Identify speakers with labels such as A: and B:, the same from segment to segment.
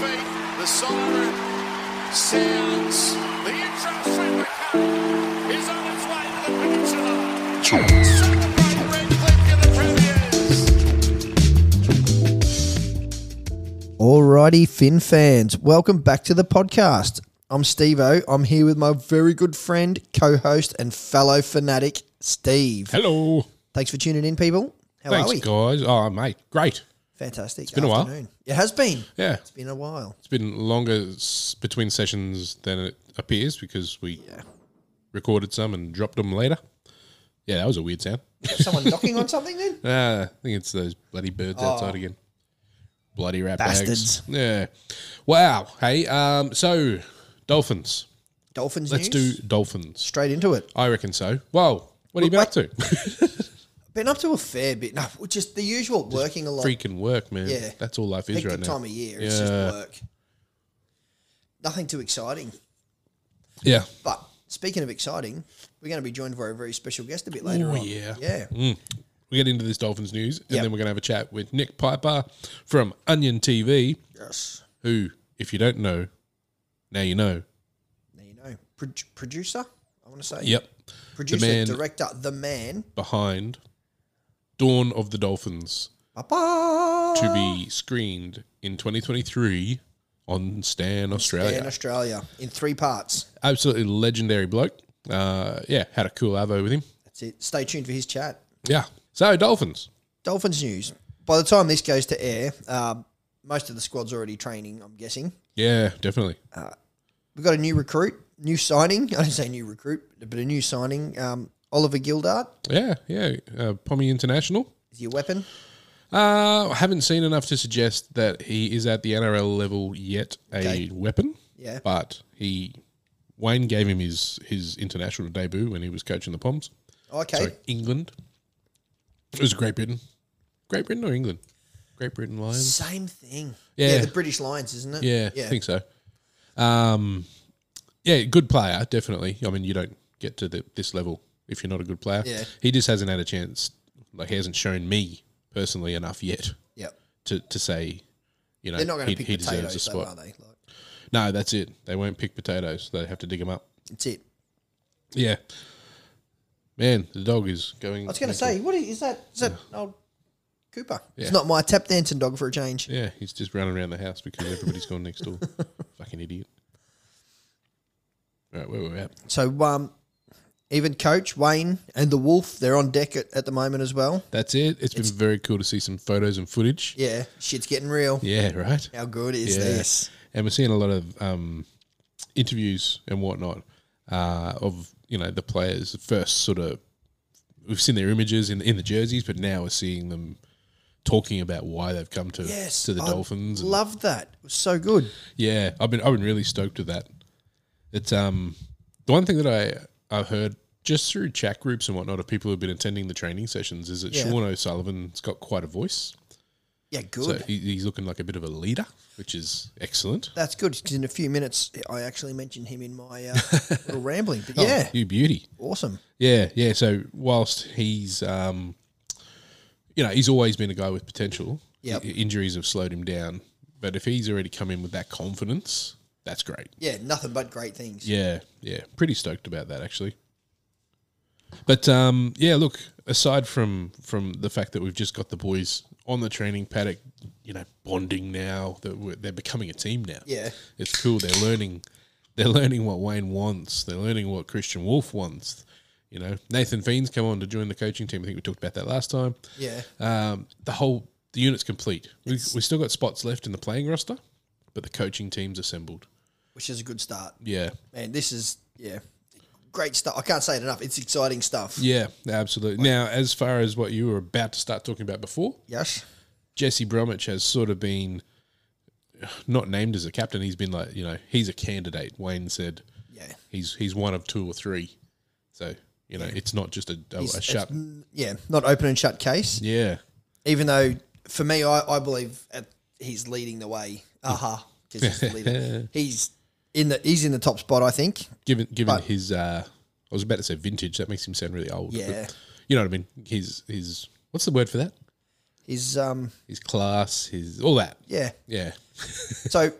A: the Southern Sands. The intro straight back is on its way to the peninsula. Second by Redcliffe in the Premiers.
B: Alrighty, Finn fans, welcome back to the podcast. I'm Steve O. I'm here with my very good friend, co host, and fellow fanatic, Steve.
C: Hello.
B: Thanks for tuning in, people. How
C: Thanks,
B: are we?
C: guys. Oh, mate, great.
B: Fantastic. It's
C: been a while.
B: It has been.
C: Yeah,
B: It's been a while.
C: it's been longer s- between sessions than it appears because we recorded some and dropped them later. Yeah, that was a weird sound.
B: Someone knocking on something then?
C: Uh, I think it's those bloody birds outside again. Bloody rat
B: Oh. Bastards.
C: bags. Yeah. Wow. Hey. Um. So, dolphins.
B: Dolphins
C: Let's
B: news?
C: do dolphins.
B: Straight into it.
C: I reckon so. Well, what are you been up to?
B: Been up to a fair bit. No, just the usual, working a lot.
C: Freaking work, man.
B: Yeah.
C: That's all life is
B: Hectic
C: right now.
B: time of year. It's just
C: Yeah.
B: work. Nothing too exciting.
C: Yeah.
B: But speaking of exciting, we're going to be joined by a very special guest a bit later
C: Oh,
B: on.
C: yeah.
B: Yeah.
C: we get into this Dolphins news, and
B: Yep.
C: then we're going to have a chat with Nick Piper from Onion TV,
B: Yes.
C: who, if you don't know, now you know.
B: Now you know. Pro- producer, I want to say.
C: Yep,
B: Producer,
C: man.
B: director, the man.
C: behind Dawn of the Dolphins
B: Papa.
C: to be screened in 2023 on Stan Australia.
B: in Australia in three parts.
C: Absolutely legendary bloke. Uh, yeah, had a cool avo with him.
B: That's it. Stay tuned for his chat.
C: Yeah. So Dolphins.
B: Dolphins news. By the time this goes to air, um, most of the squad's already training, I'm guessing.
C: Yeah, definitely.
B: We've got a new recruit, new signing. I don't say new recruit, but a new signing. Um, Oliver Gildart
C: Yeah, yeah. Uh, Pommy International.
B: is your weapon.
C: Uh, I haven't seen enough to suggest that he is at the NRL level yet a
B: Okay.
C: weapon.
B: Yeah.
C: But he Wayne gave him his his international debut when he was coaching the Poms.
B: Okay.
C: Sorry, England. It was Great Britain. Great Britain or England? Great Britain Lions.
B: Same thing.
C: Yeah.
B: the British Lions, isn't it?
C: Yeah,
B: Yeah.
C: I think so. Um yeah, good player, definitely. I mean, you don't get to the, this level if you're not a good player.
B: Yeah.
C: He just hasn't had a chance. Like he hasn't shown me personally enough yet
B: Yep.
C: to, to say, you know,
B: They're not going
C: he,
B: to pick
C: he deserves a
B: potatoes, though,
C: spot.
B: are they? Like,
C: no, that's it. They won't pick potatoes. They have to dig them up.
B: it's it.
C: Yeah. Man, the dog is going.
B: I was going to say, what is, is that? Is that old Cooper?
C: Yeah.
B: It's not my tap dancing dog for a change.
C: Yeah, he's just running around the house because everybody's gone next door. Fucking idiot. All right, where were we at?
B: So, um, even Coach Wayne and the Wolf, they're on deck at, at the moment as well.
C: That's it. it's been very cool to see some photos and footage.
B: Yeah, shit's getting real.
C: Yeah, right.
B: How good is
C: Yeah.
B: this?
C: And we're seeing a lot of um, interviews and whatnot uh, of you know the players. The first sort of we've seen their images in in the jerseys, but now we're seeing them talking about why they've come to
B: Yes,
C: to the
B: I
C: Dolphins. and-
B: Love that. It was so good.
C: yeah, I've been I've been really stoked with that. It's um the one thing that I I've heard just through chat groups and whatnot of people who've been attending the training sessions is that
B: Yeah.
C: Sean O'Sullivan's got quite a voice.
B: Yeah,
C: So
B: good.
C: he, he's looking like a bit of a leader, which is excellent.
B: That's good because in a few minutes, I actually mentioned him in my uh, little rambling. But yeah,
C: Oh, you beauty.
B: awesome.
C: Yeah, yeah. So whilst he's, um, you know, he's always been a guy with potential.
B: Yep.
C: I- injuries have slowed him down, but if he's already come in with that confidence, that's great.
B: Yeah, nothing but great things.
C: Yeah, yeah. Pretty stoked about that actually. But um, yeah, look. Aside from from the fact that we've just got the boys on the training paddock, you know, bonding now that we're, they're becoming a team now.
B: Yeah.
C: it's cool. They're learning. They're learning what Wayne wants. They're learning what Christian Wolf wants. You know, Nathan Fiend's come on to join the coaching team. I think we talked about that last time.
B: Yeah.
C: Um, the whole the unit's complete. We we still got spots left in the playing roster, but the coaching team's assembled.
B: Which is a good start.
C: Yeah,
B: Man, this is, yeah, great stuff. I can't say it enough. It's exciting stuff.
C: Yeah, absolutely. Now, as far as what you were about to start talking about before,
B: Yes.
C: Jesse Bromwich has sort of been uh, not named as a captain. He's been like, you know, he's a candidate. Wayne said
B: Yeah.
C: he's he's one of two or three. So, you know, it's not just a, a, a shut.
B: Yeah, not open and shut case.
C: Yeah.
B: Even though, for me, I, I believe at, he's leading the way. Aha, because he's the leader. he's in the he's in the top spot, I think.
C: Given given
B: But-
C: his uh I was about to say vintage, that makes him sound really old. but
B: Yeah.
C: you know what I mean? His his what's the word for that?
B: He's um
C: His class, his all that.
B: yeah.
C: Yeah.
B: So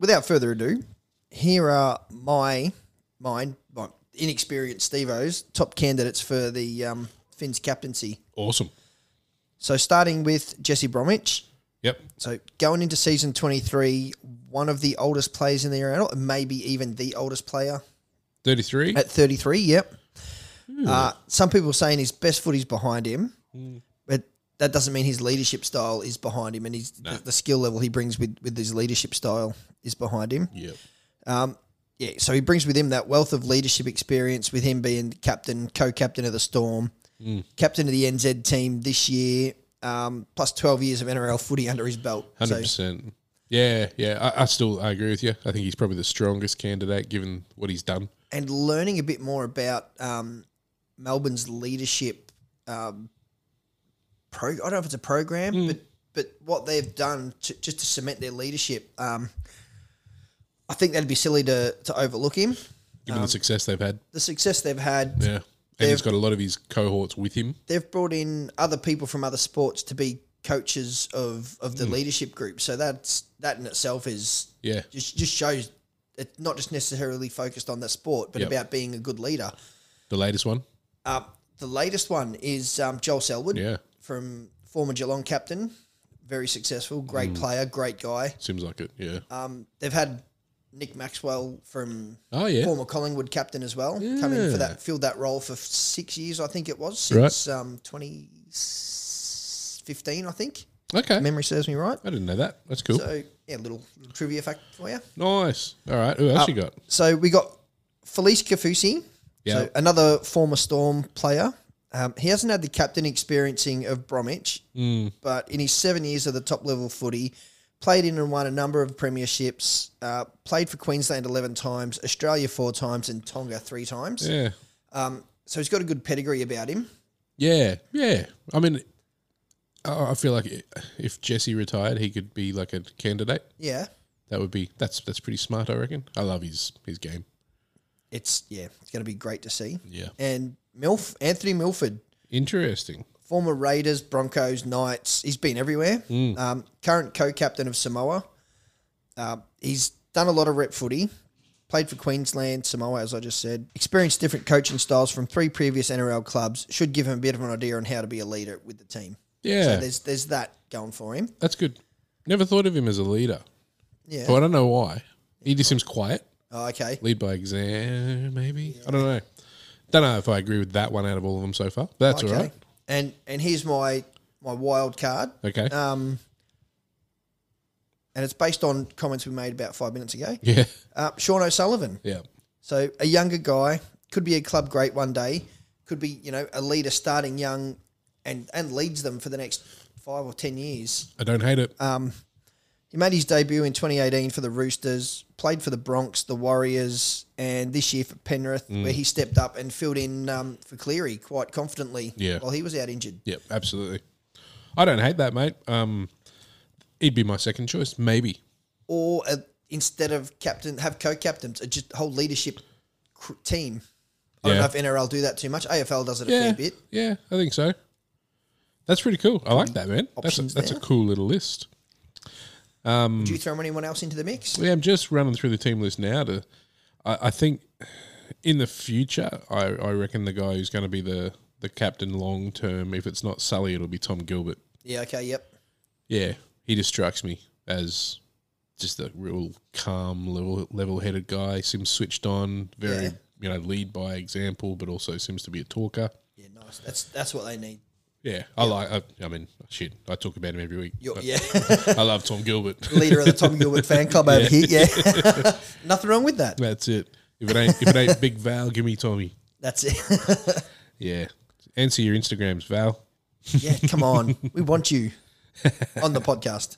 B: without further ado, here are my mine, my inexperienced Steve-O's top candidates for the um, Finn's captaincy.
C: Awesome.
B: So starting with Jesse Bromwich.
C: Yep.
B: So going into season 23, one of the oldest players in the NRL, maybe even the oldest player
C: 33.
B: at 33. Yep. Uh, some people saying his best foot is behind him, but that doesn't mean his leadership style is behind him, and his the, the skill level he brings with with his leadership style is behind him.
C: Yep.
B: Yeah, so he brings with him that wealth of leadership experience, with him being captain, co-captain of the Storm, captain of the NZ team this year, um, plus twelve years of NRL footy under his belt. So
C: 100%. yeah, yeah. I, I still I agree with you. I think he's probably the strongest candidate given what he's done.
B: and learning a bit more about um, Melbourne's leadership. Um, pro, I don't know if it's a program, but but what they've done to, just to cement their leadership. Um, I think that'd be silly to to overlook him.
C: Given
B: Um,
C: the success they've had.
B: The success they've had,
C: Yeah. And he's got a lot of his cohorts with him.
B: they've brought in other people from other sports to be coaches of of the leadership group. So that's that in itself is
C: Mm. Yeah.
B: just just shows. It's not just necessarily focused on the sport, but
C: Yep.
B: about being a good leader.
C: The latest one.
B: Uh, the latest one is um, Joel Selwood
C: Yeah.
B: from former Geelong captain, very successful, great
C: Mm.
B: player, great guy.
C: Seems like it. Yeah.
B: Um, they've had Nick Maxwell from
C: Oh, yeah.
B: former Collingwood captain as well come in
C: Yeah.
B: for that filled that role for f- six years I think it was
C: Right.
B: since um, 2015 I think
C: Okay.
B: memory serves me right.
C: I didn't know that. That's cool.
B: So yeah, little, little trivia fact for you.
C: nice. All right. Who
B: Oh.
C: else you got?
B: So we got Felice Kafusi,
C: Yeah.
B: so another former Storm player. Um, he hasn't had the captain experiencing of Bromwich,
C: Hmm.
B: but in his seven years of the top level footy, played in and won a number of premierships. Uh, played for Queensland eleven times, Australia four times, and Tonga three times.
C: Yeah.
B: So he's got a good pedigree about him.
C: Yeah. Yeah. I mean, I I feel like if Jesse retired, he could be like a candidate.
B: Yeah,
C: That would be that's that's pretty smart. I reckon. I love his his game.
B: it's yeah, it's going to be great to see.
C: Yeah.
B: And Milf Anthony Milford,
C: Interesting.
B: former Raiders, Broncos, Knights. He's been everywhere.
C: Mm.
B: Um, current co-captain of Samoa. Um, he's done a lot of rep footy. Played for Queensland, Samoa, as I just said. Experienced different coaching styles from three previous NRL clubs. Should give him a bit of an idea on how to be a leader with the team. So
C: Yeah.
B: there's there's that going for him.
C: that's good. Never thought of him as a leader.
B: Yeah.
C: But I don't know why. He just seems quiet.
B: Oh, okay.
C: Lead by exam, maybe. I don't know. Don't know if I agree with that one out of all of them so far. But that's
B: Okay.
C: all right.
B: And and here's my my wild card.
C: Okay.
B: Um, and it's based on comments we made about five minutes ago.
C: yeah.
B: Uh, Sean O'Sullivan.
C: Yeah.
B: So a younger guy could be a club great one day, could be you know a leader starting young, and and leads them for the next five or ten years.
C: I don't hate it.
B: He made his debut in 2018 for the Roosters, played for the Bronx, the Warriors, and this year for Penrith, where he stepped up and filled in um, for Cleary quite confidently
C: Yeah.
B: while he was out injured.
C: yeah, absolutely. I don't hate that, mate. Um, he'd be my second choice, maybe.
B: Or uh, instead of captain, have co-captains, uh, just whole leadership cr- team. I
C: Yeah.
B: don't know if NRL do that too much. AFL does it a
C: Yeah.
B: fair bit.
C: Yeah, I think so. That's pretty cool. I like that, man. That's a,
B: Um, Options
C: that's a
B: there.
C: cool little list. Hmm.
B: Would you throw anyone else into the mix?
C: Yeah, I'm just running through the team list now. To, I, I think in the future, I, I reckon the guy who's going to be the the captain long term, if it's not Sully, it'll be Tom Gilbert.
B: Yeah. Okay. Yep.
C: Yeah, he just strikes me as just a real calm, level level headed guy. Seems switched on, very
B: Yeah.
C: you know lead by example, but also seems to be a talker.
B: Yeah, nice. That's that's what they need.
C: Yeah, I like. I, I mean, shit, I talk about him every week.
B: You're,
C: I,
B: yeah,
C: I love Tom Gilbert.
B: leader of the Tom Gilbert fan club over here. Yeah, nothing wrong with that.
C: That's it. If it ain't if it ain't Big Val, give me Tommy.
B: That's it.
C: Yeah. Answer your Instagrams, Val.
B: yeah, come on, we want you on the podcast.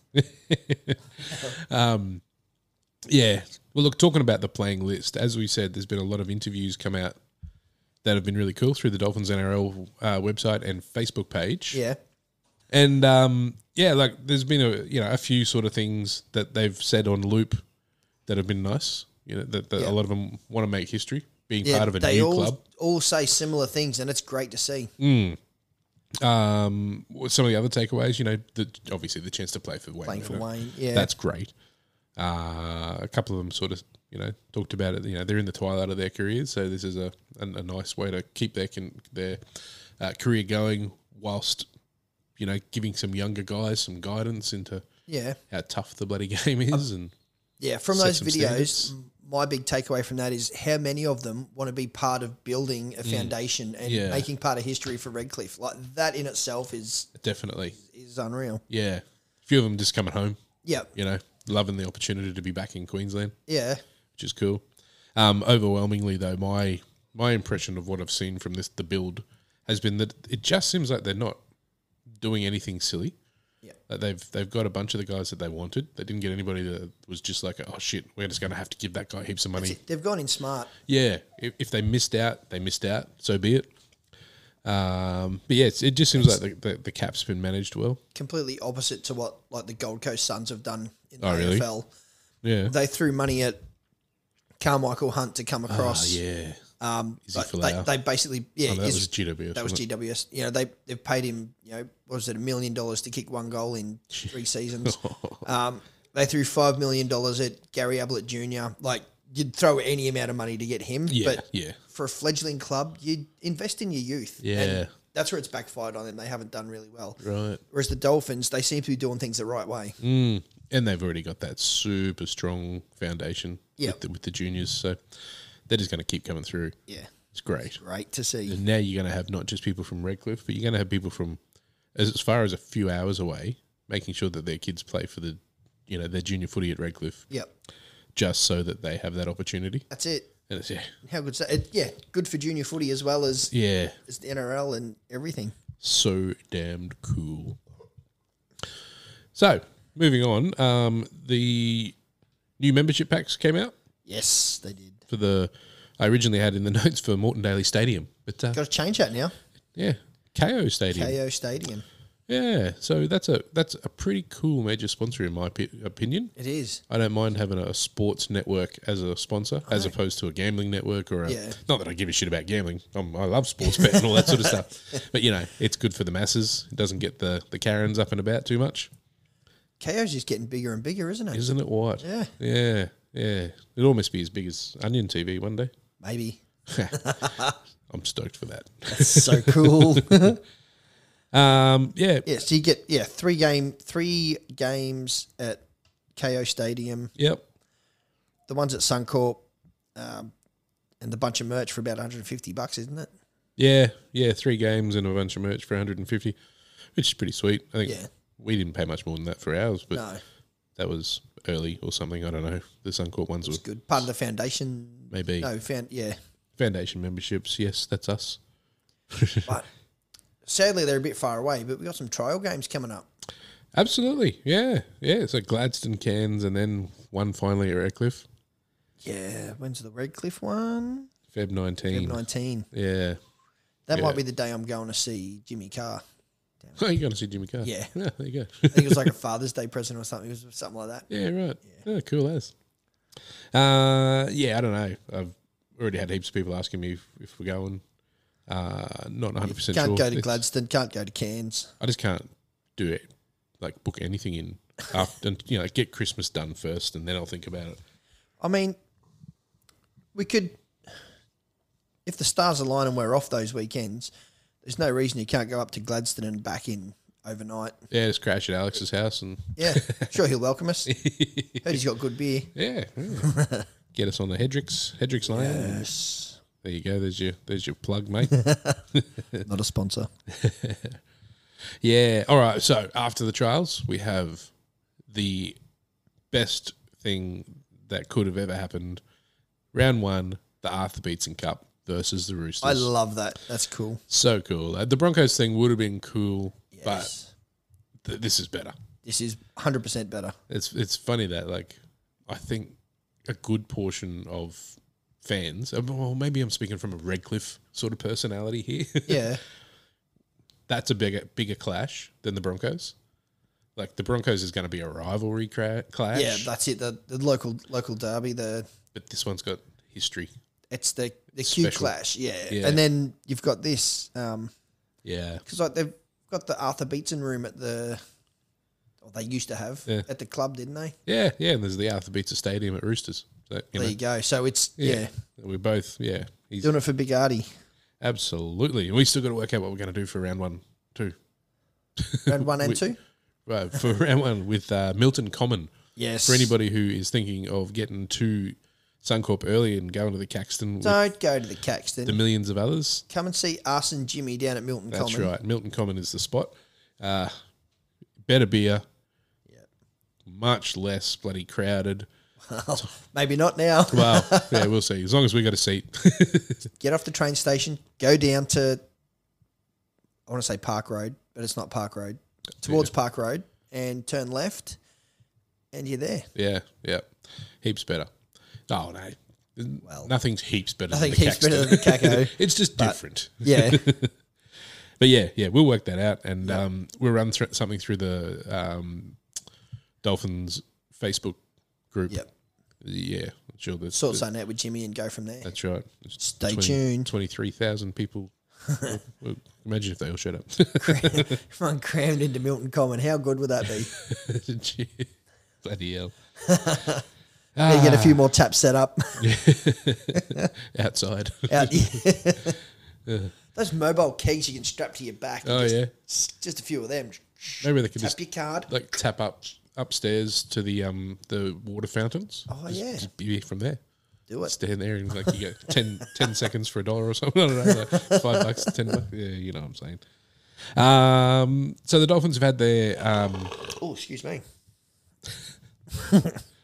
C: Yeah. Well, look, talking about the playing list, as we said, there's been a lot of interviews come out that have been really cool through the Dolphins NRL uh, website and Facebook page.
B: Yeah,
C: And um, yeah, like there's been a you know a few sort of things that they've said on loop that have been nice. You know that, that
B: Yeah.
C: a lot of them want to make history, being
B: yeah.
C: part of a
B: they
C: new
B: all
C: club. Hmm.
B: all say similar things, and it's great to see.
C: Um, what- some of the other takeaways, you know, the, obviously the chance to play for Wayne.
B: Playing for
C: Manor.
B: Wayne, yeah.
C: that's great. Uh, a couple of them sort of, you know, talked about it. You know, they're in the twilight of their careers, so this is a a, a nice way to keep their con- their uh, career going whilst, you know, giving some younger guys some guidance into
B: Yeah.
C: how tough the bloody game is. And
B: Yeah, from
C: Set
B: those
C: some
B: videos,
C: standards.
B: m my big takeaway from that is how many of them want to be part of building a foundation and
C: Mm. Yeah.
B: making part of history for Redcliffe. Like that in itself is
C: definitely,
B: is unreal.
C: yeah, a few of them just coming home.
B: Yeah,
C: You know, loving the opportunity to be back in Queensland.
B: yeah,
C: which is cool. Um, overwhelmingly, though, my my impression of what I've seen from this the build has been that it just seems like they're not doing anything silly.
B: Yeah.
C: Like they've they've got a bunch of the guys that they wanted. They didn't get anybody that was just like, oh shit, we're just going to have to give that guy heaps of money.
B: They've gone in smart.
C: Yeah, if, if they missed out, they missed out. So be it. Um, but yeah, it's, it just seems like the, the, the cap's been managed well.
B: completely opposite to what like the Gold Coast Suns have done in the
C: Oh, really?
B: AFL.
C: Yeah.
B: They threw money at Carmichael Hunt to come
C: Ah,
B: across.
C: yeah.
B: Um,
C: Izzy
B: but
C: Folau.
B: they, they basically yeah,
C: Oh, that
B: is-
C: was GWS.
B: that was
C: wasn't it?
B: GWS. You know they they've paid him you know what was it a million dollars to kick one goal in three seasons. um, they threw five million dollars at Gary Ablett Jr. Like you'd throw any amount of money to get him,
C: Yeah.
B: but
C: yeah.
B: for a fledgling club, you invest in your youth.
C: Yeah.
B: that's where it's backfired on them. They haven't done really well.
C: Right.
B: Whereas the Dolphins, they seem to be doing things the right way.
C: Mm. And they've already got that super strong foundation
B: Yeah.
C: with, the, with the juniors. So they're just going to keep coming through.
B: Yeah.
C: It's great.
B: Great to see.
C: And now you're going to have not just people from Redcliffe, but you're going to have people from as, as far as a few hours away, making sure that their kids play for the, you know, their junior footy at Redcliffe,
B: Yep.
C: just so that they have that opportunity.
B: That's it.
C: And it's, yeah,
B: How good's that? It, yeah, good for junior footy as well as,
C: yeah,
B: as the NRL and everything.
C: so damned cool. So moving on, um, the new membership packs came out.
B: Yes, they did.
C: for the I originally had in the notes for Morton Daly Stadium, but uh,
B: Got to change that now.
C: yeah, KO Stadium.
B: KO Stadium.
C: Yeah, so that's a that's a pretty cool major sponsor in my opi- opinion.
B: It is.
C: I don't mind having a sports network as a sponsor, as opposed to a gambling network or a.
B: Yeah.
C: Not that I give a shit about gambling. I'm, I love sports betting and all that sort of stuff. But you know, it's good for the masses. It doesn't get the the Karens up and about too much,
B: KO's just getting bigger and bigger, isn't it?
C: isn't it? White.
B: Yeah.
C: yeah, yeah. It'll almost be as big as Onion TV one day.
B: Maybe.
C: I'm stoked for that.
B: So cool.
C: Um, yeah,
B: yeah, so you get yeah, three game three games at KO Stadium.
C: Yep.
B: The ones at Suncorp um, and the bunch of merch for about 150 bucks, isn't it?
C: Yeah. Yeah. Three games and a bunch of merch for 150, which is pretty sweet. I think
B: Yeah.
C: we didn't pay much more than that for ours, but
B: No.
C: that was early or something. I don't know. The Suncorp ones were
B: It's good. Part of the foundation.
C: maybe
B: No, found yeah.
C: foundation memberships. Yes, that's us.
B: But sadly, they're a bit far away. But we got some trial games coming up.
C: Absolutely. Yeah. Yeah. So Gladstone, Cairns, and then one finally at Redcliffe,
B: Yeah, when's the Redcliffe one?
C: Feb 19.
B: Feb nineteen.
C: Yeah.
B: That
C: Yeah.
B: might be the day I'm going to see Jimmy Carr.
C: Oh, you're going to see Jimmy Carr.
B: Yeah.
C: Yeah. There you
B: I
C: go.
B: think it was like a Father's Day present or something. It was something like that.
C: Yeah, right. Yeah, cool as. Uh, yeah, I don't know. I've already had heaps of people asking me if, if we're going. Uh, not 100 percent
B: Can't
C: sure.
B: go to
C: It's-
B: Gladstone. Can't go to Cairns.
C: I just can't do it. Like book anything in after and, you know get Christmas done first, and then I'll think about it.
B: I mean, we could, if the stars align and we're off those weekends, there's no reason you can't go up to Gladstone and back in overnight.
C: Yeah, just crash at Alex's house and
B: Yeah, sure he'll welcome us. Heard he's got good beer.
C: yeah, yeah. get us on the Hedricks Hedricks Lane. and
B: Yes.
C: There you go. There's your there's your plug, mate.
B: Not a sponsor.
C: Yeah. All right. So after the trials, we have the best thing that could have ever happened. Round one, the Arthur Beetson Cup versus the Roosters.
B: I love that. That's cool.
C: so cool. Uh, The Broncos thing would have been cool, but
B: Yes.
C: th- this is better.
B: this is 100% better.
C: It's it's funny that like I think a good portion of fans, uh, well, maybe I'm speaking from a Redcliffe sort of personality here.
B: Yeah.
C: that's a bigger bigger clash than the Broncos. Like the Broncos is going to be a rivalry cra- clash.
B: yeah, that's it. The, the local local derby, the
C: but this one's got history.
B: it's the the Q
C: Special.
B: clash. Yeah.
C: Yeah.
B: And then you've got this um
C: Yeah,
B: cuz like they've got the Arthur Beetson room at the or they used to have
C: Yeah.
B: at the club, didn't they?
C: Yeah, yeah. And there's the Arthur Beats Stadium at Roosters. So, you
B: There
C: know,
B: you go. So it's yeah,
C: yeah, we both, yeah, he's
B: doing it for Big Artie.
C: absolutely. And we still got to work out what we're going to do for round one, too.
B: Round one and
C: We-
B: two.
C: Right, for round one with uh, Milton Common.
B: Yes.
C: For anybody who is thinking of getting to Suncorp early and going to the Caxton with
B: Don't go to the Caxton.
C: the millions of others,
B: Come and see us and Jimmy down at Milton
C: That's
B: Common.
C: right. Milton Common is the spot. Uh, better beer. Much less bloody crowded.
B: Oh, Maybe not now.
C: Well, yeah, we'll see. As long as we got a seat.
B: Get off the train station. Go down to. I want to say Park Road, but it's not Park Road. Towards Park Road, and turn left, and you're there.
C: yeah, yeah. Heaps better. Oh, no. Nothing's heaps better
B: Nothing
C: than the
B: heaps better
C: Caxton.
B: than the Caco.
C: it's just different.
B: Yeah.
C: But yeah, yeah, we'll work that out, and um, we'll run thr- something through the um, Dolphins Facebook group.
B: Yep.
C: Yeah, I'm sure that's
B: sort something out with Jimmy and go from there.
C: that's right.
B: Stay tuned.
C: Twenty-three thousand people. Well, well, imagine if they all showed up.
B: Everyone crammed into Milton Common. How good would that be?
C: Gee, Bloody hell!
B: You get a few more taps set up.
C: Outside.
B: out. Those mobile kegs you can strap to your back.
C: oh
B: just,
C: yeah.
B: Just a few of them.
C: Maybe they could
B: Tap
C: just
B: your card.
C: like tap up upstairs to the um the water fountains.
B: Oh,
C: Just-
B: yeah.
C: Just be from there.
B: Do it.
C: stand there and like you get 10, 10 seconds for a dollar or something. I don't know, like five bucks, ten bucks. Yeah, you know what I'm saying. Um, so the Dolphins have had their um,
B: Oh, excuse me.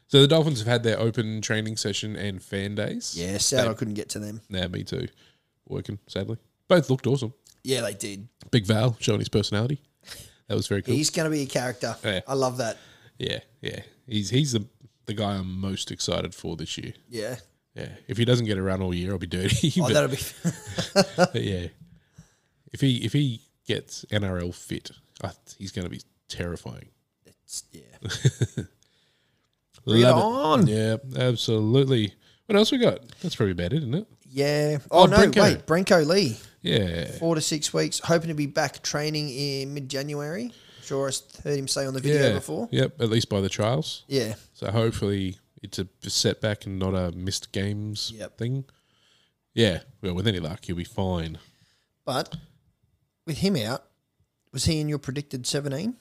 C: so the Dolphins have had their open training session and fan days.
B: Yeah, sad I couldn't get to them.
C: nah, me too. Working sadly, both looked awesome.
B: Yeah, they did.
C: Big Val showing his personality. That was very cool.
B: He's going to be a character.
C: Yeah.
B: I love that.
C: yeah, yeah. He's he's the the guy I'm most excited for this year.
B: Yeah.
C: Yeah, if he doesn't get a run all year, I'll be dirty.
B: Oh,
C: but-
B: that'll be.
C: But yeah, if he if he gets NRL fit, I, he's going to be terrifying.
B: it's- yeah.
C: Bring
B: it on.
C: Yeah, absolutely. What else we got? That's probably about it, isn't it?
B: Yeah. Oh,
C: Oh,
B: no,
C: Brinko.
B: wait. Brenko Lee,
C: Yeah,
B: four to six weeks, hoping to be back training in mid January. Sure, I heard him say on the video
C: yeah.
B: before.
C: Yep, at least by the trials.
B: Yeah.
C: So hopefully it's a setback and not a missed games
B: Yep.
C: thing. Yeah, well, with any luck, he'll be fine.
B: But with him out, was he in your predicted 17?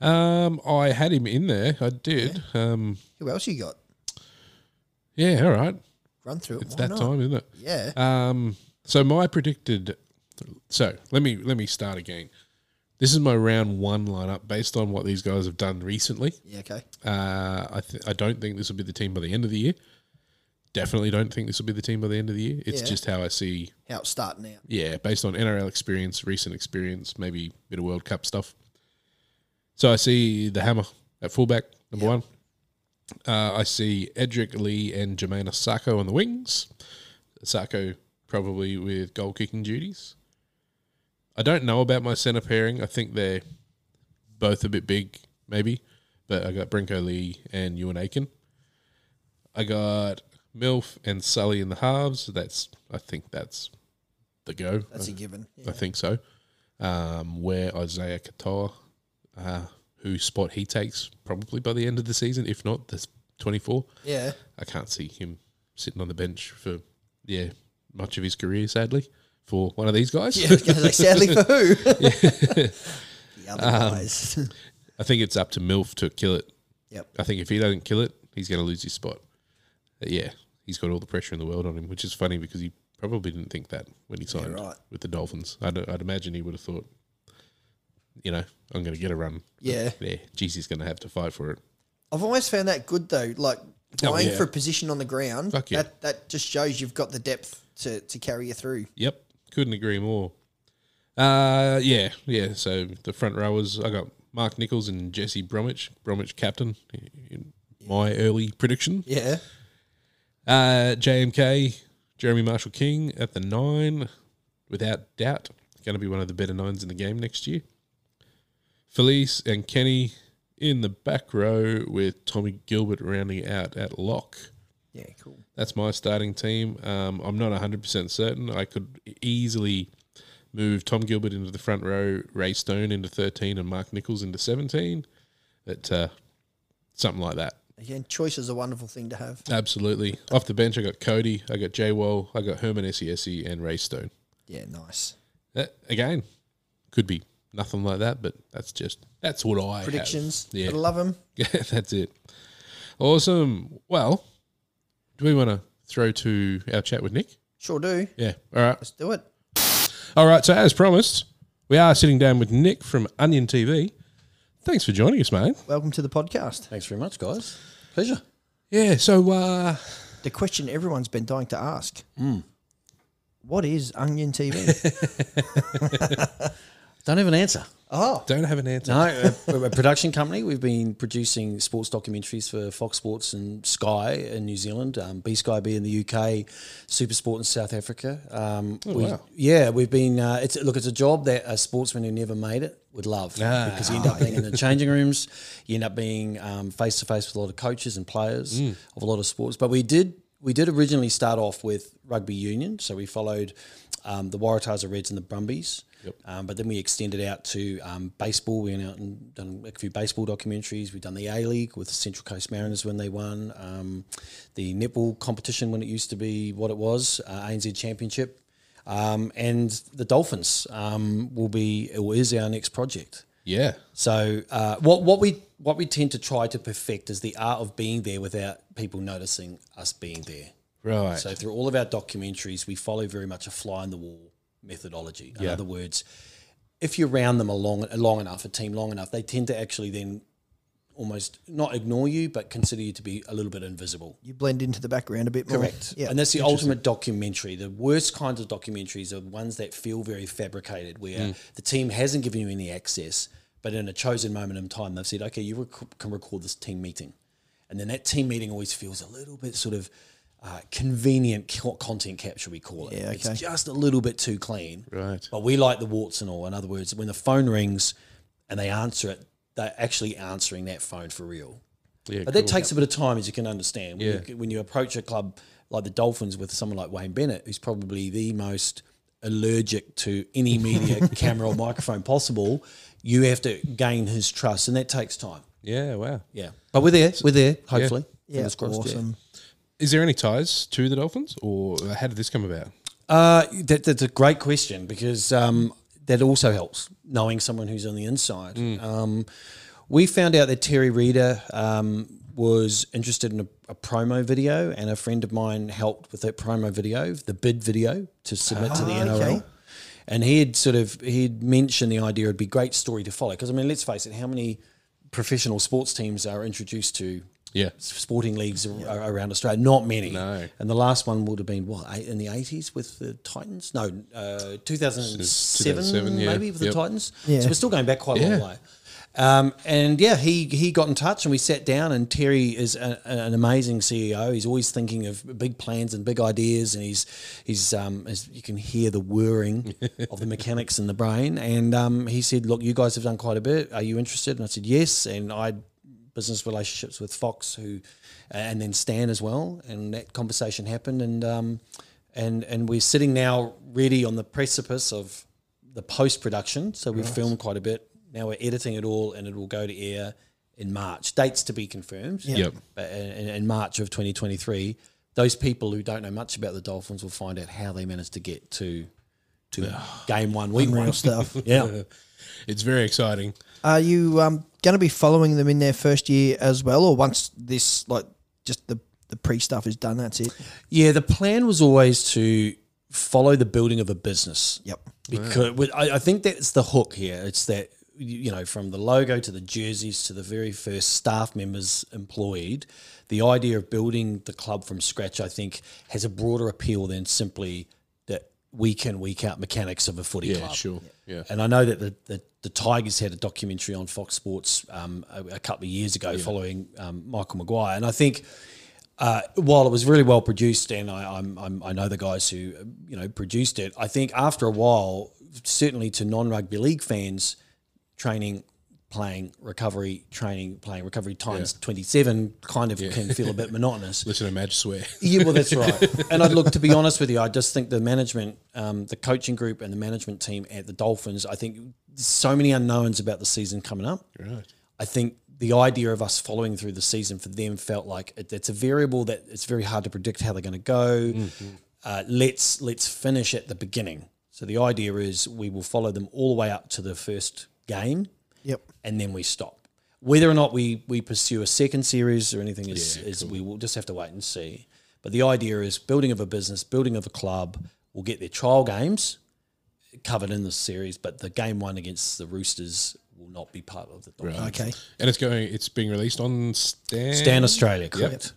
C: Um, I had him in there. I did. Um,
B: Who else you got?
C: yeah, all right.
B: Run through it.
C: It's
B: Why
C: that
B: not?
C: time, isn't it?
B: Yeah.
C: Um, so my predicted. So let me let me start again. This is my round one lineup based on what these guys have done recently.
B: yeah, okay.
C: Uh, I th- I don't think this will be the team by the end of the year. Definitely don't think this will be the team by the end of the year. It's
B: Yeah.
C: just how I see.
B: How it's starting out.
C: Yeah, based on NRL experience, recent experience, maybe a bit of World Cup stuff. So I see the hammer at fullback number one. Uh, I see Edric Lee and Jermaine Asako on the wings. Asako probably with goal kicking duties. I don't know about my centre pairing. I think they're both a bit big, maybe. But I got Brinko Lee and Ewan Aiken. I got Milf and Sully in the halves. That's I think that's the go.
B: That's a given. Yeah.
C: I think so. Um, where Isaiah Katoa, uh, whose spot he takes probably by the end of the season, if not this 24.
B: Yeah.
C: I can't see him sitting on the bench for, yeah, much of his career, sadly, for one of these guys.
B: Yeah, I was going to say, sadly for who? the other
C: Um,
B: guys.
C: I think it's up to Milf to kill it.
B: yep.
C: I think if he doesn't kill it, he's going to lose his spot. But yeah, he's got all the pressure in the world on him, which is funny because he probably didn't think that when he signed
B: right.
C: with the Dolphins. I'd, I'd imagine he would have thought, you know, I'm going to get a run.
B: Yeah.
C: Yeah. Jeezy's going to have to fight for it.
B: I've always found that good, though. Like,
C: Oh,
B: playing
C: yeah.
B: for a position on the ground,
C: Fuck yeah.
B: that, that just shows you've got the depth to, to carry you through.
C: Yep. Couldn't agree more. Uh, yeah. Yeah. So the front rowers, I got Mark Nichols and Jesse Bromwich, Bromwich captain in my early prediction.
B: Yeah.
C: Uh, JMK, Jeremy Marshall King at the nine, without doubt, going to be one of the better nines in the game next year. Felice and Kenny in the back row with Tommy Gilbert rounding out at lock.
B: Yeah, cool.
C: That's my starting team. Um, I'm not 100% certain. I could easily move Tom Gilbert into the front row, Ray Stone into 13, and Mark Nichols into 17. But uh, something like that.
B: Again, choice is a wonderful thing to have.
C: Absolutely. Off the bench, I got Cody, I got J Wall, I got Herman Esiesi, and Ray Stone.
B: Yeah, nice.
C: That, again, could be nothing like that, but that's just that's what I have.
B: Predictions.
C: Yeah,
B: I love them.
C: yeah, that's it. Awesome. Well, do we want to throw to our chat with Nick?
B: Sure do.
C: Yeah. All right.
B: Let's do it.
C: All right. So as promised, we are sitting down with Nick from Onion TV. Thanks for joining us, mate.
B: Welcome to the podcast.
D: Thanks very much, guys. Pleasure.
C: Yeah. So uh,
B: The question everyone's been dying to ask. What is Onion TV?
D: Don't have an answer.
B: oh,
C: don't have an answer.
D: No, a- we're a production company. We've been producing sports documentaries for Fox Sports and Sky in New Zealand, um, B Sky B in the UK, Super Sport in South Africa. Um, we-
C: wow.
D: Yeah, we've been. Uh, it's look, it's a job that a sportsman who never made it would love because you end up being in the changing rooms, you end up being um, face to face with a lot of coaches and players of a lot of sports. But we did. We did originally start off with rugby union, so we followed um, the Waratahs, the Reds, and the Brumbies. Um, but then we extended out to um, baseball. We went out and done a few baseball documentaries. We've done the A League with the Central Coast Mariners when they won, um, the netball competition when it used to be what it was, uh, ANZ Championship, um, and the Dolphins um, will be or is our next project.
C: Yeah.
D: So uh, what what we what we tend to try to perfect is the art of being there without people noticing us being there.
C: Right.
D: So through all of our documentaries, we follow very much a fly in the wall methodology. In other words, if you round them along long enough, a team long enough, they tend to actually then almost not ignore you, but consider you to be a little bit invisible.
B: you blend into the background a bit more.
D: Correct.
B: Yeah.
D: And that's the ultimate documentary. The worst kinds of documentaries are ones that feel very fabricated, where the team hasn't given you any access, but in a chosen moment in time, they've said, okay, you rec- can record this team meeting. And then that team meeting always feels a little bit sort of uh, convenient co- content capture, we call it.
B: Yeah, okay.
D: It's just a little bit too clean.
C: Right.
D: But we like the warts and all. In other words, when the phone rings and they answer it, they're actually answering that phone for real.
C: Yeah,
D: But that takes a bit of time, as you can understand. When, you, when you approach a club like the Dolphins with someone like Wayne Bennett, who's probably the most allergic to any media, camera, or microphone possible, you have to gain his trust, and that takes time.
C: yeah. Wow.
D: Yeah, but we're there. We're there. Hopefully,
B: Yeah,
D: Fingers crossed,
B: awesome.
C: Is there any ties to the Dolphins, or how did this come about?
D: Uh, that, that's a great question because um, that also helps knowing someone who's on the inside.
B: Mm.
D: Um, we found out that Terry Reader um, was interested in a, a promo video, and a friend of mine helped with that promo video, the bid video to submit to the
B: Ah,
D: NRL.
B: okay.
D: And he had sort of he'd mentioned the idea it'd be a great story to follow because I mean let's face it, how many professional sports teams are introduced to
C: Yeah.
D: sporting leagues ar- ar- around Australia. Not many.
C: No.
D: And the last one would have been what eight, in the eighties with the Titans. No, uh, two thousand and seven
C: 2007, yeah.
D: maybe with
C: Yep.
D: the Titans.
B: Yeah.
D: So we're still going back quite a long
C: Yeah.
D: way. Um, and yeah, he he got in touch and we sat down. And Terry is a, a- an amazing CEO. He's always thinking of big plans and big ideas, and he's he's um, as you can hear the whirring of the mechanics in the brain. And um, he said, "Look, you guys have done quite a bit. Are you interested?" And I said, "Yes." And I business relationships with Fox, who, and then Stan as well. And that conversation happened, and um, and and we're sitting now really on the precipice of the post production. So we've filmed quite a bit. Now we're editing it all, and it will go to air in March. Dates to be confirmed.
C: Yep.
D: But in, in March of 2023, those people who don't know much about the Dolphins will find out how they managed to get to to game one, week
B: Unreal
D: one.
B: stuff.
D: Yeah.
C: It's very exciting.
B: Are you um, going to be following them in their first year as well, or once this like just the the pre stuff is done, that's it?
D: Yeah, the plan was always to follow the building of a business.
B: Yep.
D: Because with- I, I think that's the hook here. It's that you you know, from the logo to the jerseys to the very first staff members employed, the idea of building the club from scratch, I think, has a broader appeal than simply that week in week out mechanics of a footy
C: Yeah.
D: club.
C: Sure. Yeah.
D: And I know that the, the, the Tigers had a documentary on Fox Sports um, a, a couple of years ago following um, Michael Maguire. And I think uh, while it was really well produced, and I, I'm, I'm, I know the guys who uh, you know produced it, I think after a while, certainly to non rugby league fans, training, playing, recovery, training, playing, recovery times 27 kind of can feel a bit monotonous.
C: Listen to Madge swear.
D: Yeah, well, that's right. and I'd look to be honest with you, I just think the management, um, the coaching group, and the management team at the Dolphins. I think so many unknowns about the season coming up.
C: Right.
D: I think the idea of us following through the season for them felt like it, it's a variable that it's very hard to predict how they're going to go. Uh, let's let's finish at the beginning. So the idea is we will follow them all the way up to the first game,
B: Yep.
D: and then we stop. Whether or not we we pursue a second series or anything is, is we will just have to wait and see. But the idea is building of a business, building of a club. We'll get their trial games covered in this series, but the game one against the Roosters will not be part of the
B: Okay.
C: And it's going. It's being released on Stan.
D: Stan Australia, correct?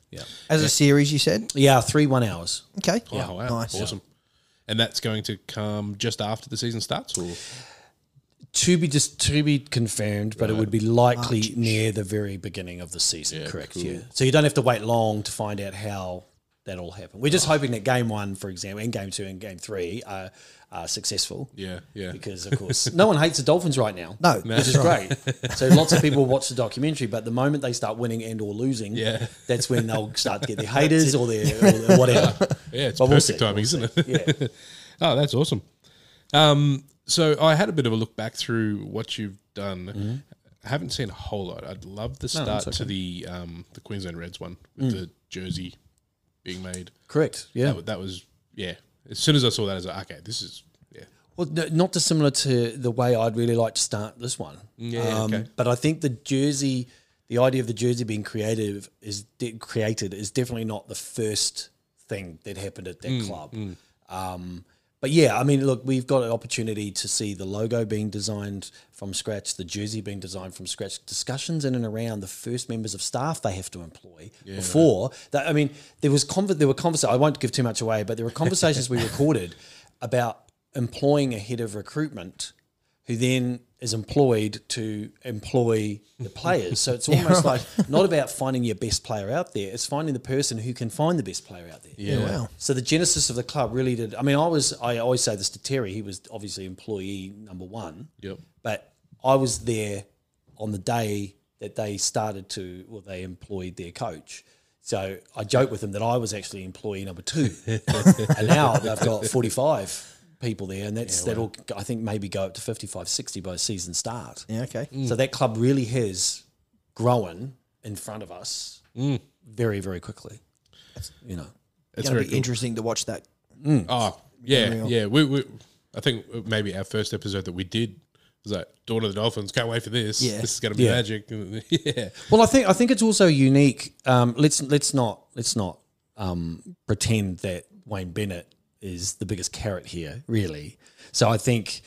B: As a series, you said.
D: Yeah, yeah, three one hours.
B: Okay.
C: Oh, wow.
B: Nice.
C: Awesome. And that's going to come just after the season starts, or
D: To be just to be confirmed, but it would be likely near the very beginning of the season. correct. Yeah. So you don't have to wait long to find out how that all happened. We're just hoping that game one, for example, and game two and game three are, are successful.
C: yeah, yeah.
D: Because of course, no one hates the Dolphins right now.
B: No,
D: which is great. So lots of people watch the documentary, but the moment they start winning and or losing,
C: Yeah.
D: that's when they'll start to get their haters or their, or their whatever.
C: yeah, it's
D: But we'll
C: perfect
D: see,
C: timing,
D: we'll
C: isn't
D: see.
C: it? oh, that's awesome. Um, so I had a bit of a look back through what you've done.
D: Mm-hmm.
C: I haven't seen a whole lot. I'd love the start to the um, the Queensland Reds one with the jersey being made.
D: Correct. Mm. Yeah.
C: That, wa- that was yeah. As soon as I saw that, I was like, okay, this is yeah.
D: Well, no, not dissimilar to the way I'd really like to start this one. Um,
C: Yeah, okay.
D: But I think the jersey, the idea of the jersey being creative is de- created is definitely not the first thing that happened at that
C: Mm,
D: club. Um, but yeah, I mean, look, we've got an opportunity to see the logo being designed from scratch, the jersey being designed from scratch, discussions in and around the first members of staff they have to employ before that. I mean, there was conver- there were conversations. I won't give too much away, but there were conversations we recorded about employing a head of recruitment who then is employed to employ the players. So it's almost like not about finding your best player out there, it's finding the person who can find the best player out there.
C: Yeah.
B: Wow.
D: So the genesis of the club really did. I mean, I was I always say this to Terry. He was obviously employee number one.
C: Yep.
D: But I was there on the day that they started to, well, they employed their coach. So I joke with them that I was actually employee number two, and now they've got forty five people there, and that's that'll I think maybe go up to 55, 60 by season start.
B: Yeah. Okay.
D: So that club really has grown in front of us very, very quickly. You know.
C: It's
B: It's going
C: very
B: to be
C: cool.
B: interesting to watch that.
C: Oh, yeah, yeah. We, we, I think maybe our first episode that we did was like Dawn of the Dolphins. Can't wait for this.
B: Yeah.
C: This is going to be
D: Yeah.
C: magic. yeah.
D: Well, I think I think it's also unique. Um, let's let's not let's not um, pretend that Wayne Bennett is the biggest carrot here, really. So I think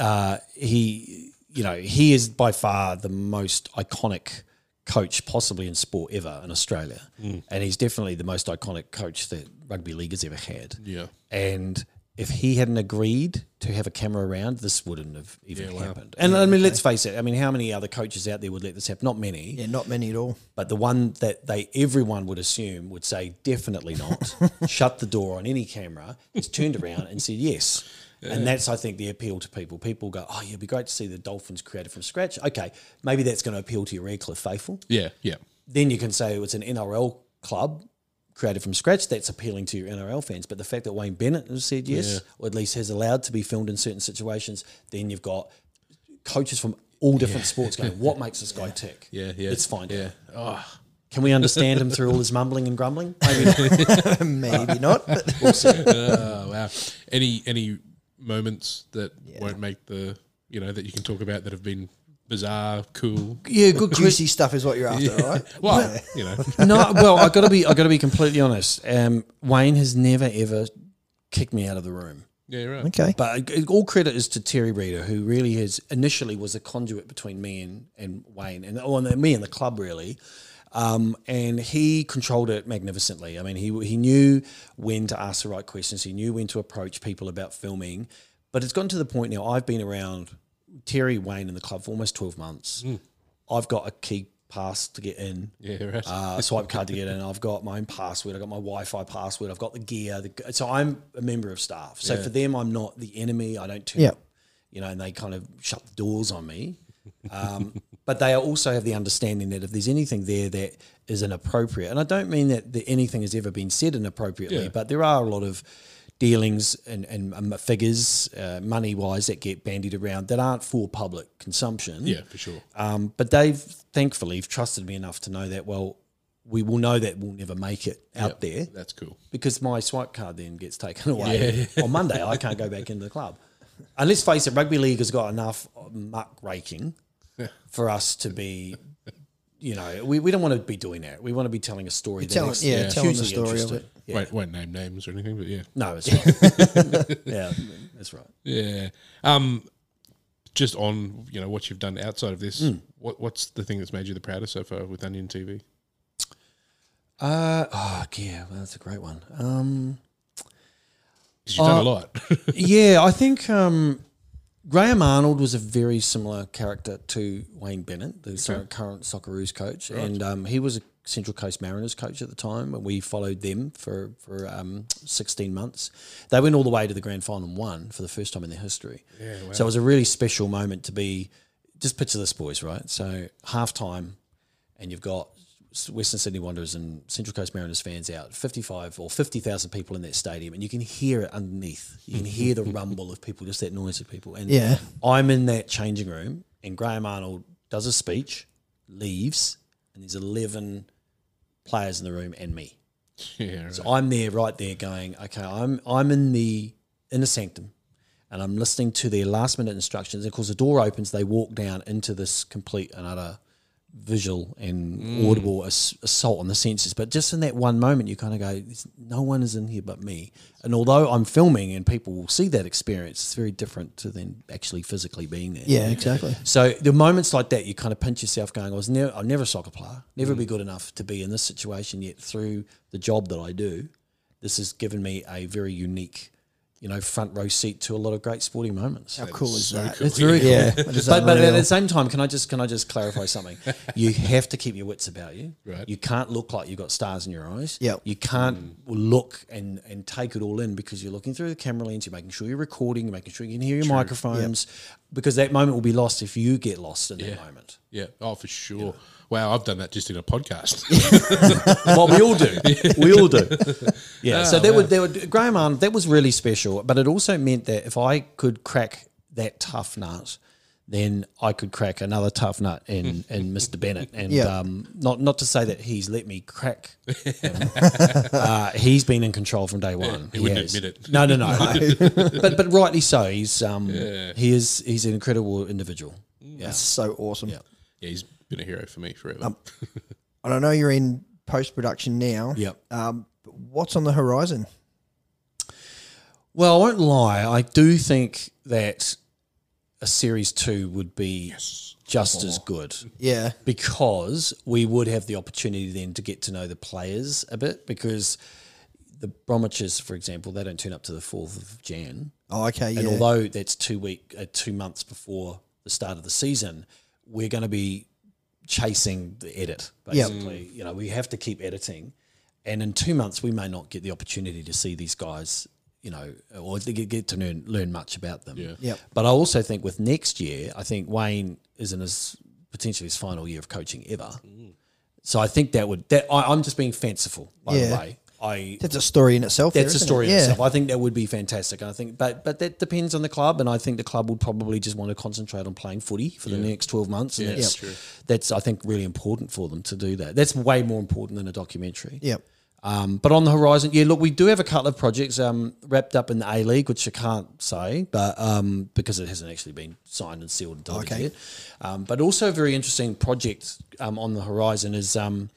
D: uh, he, you know, he is by far the most iconic coach possibly in sport ever in Australia, and he's definitely the most iconic coach that rugby league has ever had.
C: Yeah.
D: And if he hadn't agreed to have a camera around, this wouldn't have even happened. And I mean, let's face it. I mean, how many other coaches out there would let this happen? Not many.
B: Yeah, not many at all.
D: But the one that they everyone would assume would say definitely not, shut the door on any camera, has turned around and said yes. And that's I think the appeal to people. People go, oh yeah, it'd be great to see the Dolphins created from scratch. Okay, maybe that's going to appeal to your Redcliffe faithful.
C: Yeah. Yeah.
D: Then you can say it's an NRL club created from scratch. That's appealing to your NRL fans. But the fact that Wayne Bennett has said yes, or at least has allowed to be filmed in certain situations, then you've got coaches from all different sports going, what makes this guy tick?
C: Yeah. Yeah.
D: Let's find out.
C: Yeah. Oh,
D: Can we understand him through all his mumbling and grumbling? Maybe not.
B: Maybe not. But
C: oh, wow. Any any moments that won't make the you know that you can talk about that have been bizarre, cool.
D: yeah, good
B: juicy stuff is what you're after, right?
C: Well, you know,
D: no, well, I gotta be, I gotta be completely honest. Um, Wayne has never ever kicked me out of the room.
C: yeah, right.
B: Okay.
D: But it- all credit is to Terry Reader, who really has initially was a conduit between me and, and Wayne, and oh, and me and the club really. Um, and he controlled it magnificently. I mean, he he knew when to ask the right questions. He knew when to approach people about filming. But it's gotten to the point now. I've been around Terry Wayne and the club for almost twelve months. I've got a key pass to get in
C: Yeah, right.
D: uh, swipe card to get in. I've got my own password. I've got my Wi-Fi password. I've got the gear. The, so I'm a member of staff. So for them, I'm not the enemy. I don't turn,
B: Yeah.
D: you know, and they kind of shut the doors on me. Um, but they also have the understanding that if there's anything there that is inappropriate, and I don't mean that the, anything has ever been said inappropriately,
C: Yeah.
D: but there are a lot of dealings and, and um, figures, uh, money wise, that get bandied around that aren't for public consumption.
C: Yeah, for sure.
D: Um, but they've thankfully trusted me enough to know that, well, we will know that we'll never make it out there
C: That's cool.
D: because my swipe card then gets taken away on Monday. I can't go back into the club. And let's face it, rugby league has got enough muck raking for us to be, you know, we, we don't want to be doing that. We want to be telling a story. that
B: telling-
D: makes-
B: yeah,
D: that's
B: telling the
D: hugely
B: story of
D: interesting.
B: it.
D: Yeah.
C: Won't, won't name names or anything, but yeah.
D: No, it's right. yeah, that's right.
C: Yeah. Um, just on you know what you've done outside of this,
D: Hmm.
C: what what's the thing that's made you the proudest so far with Onion TV?
D: Uh, oh, yeah, well, that's a great one. Um,
C: 'Cause
D: Uh,
C: you've done a lot.
D: yeah, I think um, Graham Arnold was a very similar character to Wayne Bennett, the current- current Socceroos coach, and um, he was a Central Coast Mariners coach at the time, and we followed them for for um, sixteen months. They went all the way to the grand final and won for the first time in their history. Yeah, So it was a really special moment to be. Just picture this, boys, right? So halftime, and you've got Western Sydney Wanderers and Central Coast Mariners fans out, 55 or 50,000 people in that stadium, and you can hear it underneath. You can hear the rumble of people, just that noise of people. And
B: Yeah.
D: I'm in that changing room, and Graham Arnold does a speech, leaves, and there's 11 players in the room and me.
C: yeah. Right.
D: So I'm there, right there, going, okay, I'm I'm in the inner sanctum, and I'm listening to their last minute instructions. And of course, the door opens, they walk down into this complete and utter visual and audible ass- assault on the senses. But just in that one moment, you kind of go, "There's- no one is in here but me. And although I'm filming and people will see that experience, it's very different to then actually physically being there.
B: Yeah, exactly.
D: So the moments like that, you kind of pinch yourself, going, "I was never, I'll never a soccer player, never be good enough to be in this situation." Yet through the job that I do, this has given me a very unique, you know, front row seat to a lot of great sporting moments.
B: How cool is that?
D: It's very cool.
B: Yeah, that is
D: but, but at
B: unreal.
D: the same time, can I just can I just clarify something? you have to keep your wits about you.
C: Right.
D: You can't look like you've got stars in your eyes.
B: Yep.
D: You can't look and and take it all in because you're looking through the camera lens. You're making sure you're recording. You're making sure you can hear your microphones because that moment will be lost if you get lost in that moment.
C: Yeah. Oh, for sure. Wow, I've done that just in a podcast.
D: well, we all do. We all do. Yeah. so that would that would Graham Arnold. That was really special, but it also meant that if I could crack that tough nut, then I could crack another tough nut in in Mr. Bennett. And
B: Yeah.
D: um, not not to say that he's let me crack. him. uh, he's been in control from day one.
C: he wouldn't
D: has.
C: admit it.
D: No, no, no. but but rightly so. He's um he is he's an incredible individual. Yeah.
B: That's so awesome.
C: yeah, he's been a hero for me forever.
D: Um,
B: And I know you're in post production now.
D: Yep.
B: Um, but what's on the horizon?
D: Well, I won't lie. I do think that a series two would be just as good
B: Yeah.
D: because we would have the opportunity then to get to know the players a bit. Because the Bromwiches, for example, they don't turn up to the fourth of Jan,
B: Oh, okay. Yeah.
D: and although that's two week, uh, two months before the start of the season, we're going to be chasing the edit basically. You know, we have to keep editing, and in two months we may not get the opportunity to see these guys. You know, or to get get to learn, learn much about them. Yeah.
B: Yep.
D: But I also think with next year, I think Wayne is in his potentially his final year of coaching ever. So I think that would that I, I'm just being fanciful. By the
B: Yeah.
D: way, I
B: that's a story in itself.
D: that's
B: there,
D: a
B: isn't it?
D: story in
B: yeah.
D: itself. I think that would be fantastic. And I think, but but that depends on the club, and I think the club would probably just want to concentrate on playing footy for the next twelve months. And that's that's I think really important for them to do that. That's way more important than a documentary.
B: Yep.
D: Um, but on the horizon, yeah, look, we do have a couple of projects um, wrapped up in the A League, which I can't say, but um, because it hasn't actually been signed and sealed and dotted
B: Okay.
D: yet. Um, but also a very interesting project um, on the horizon is um,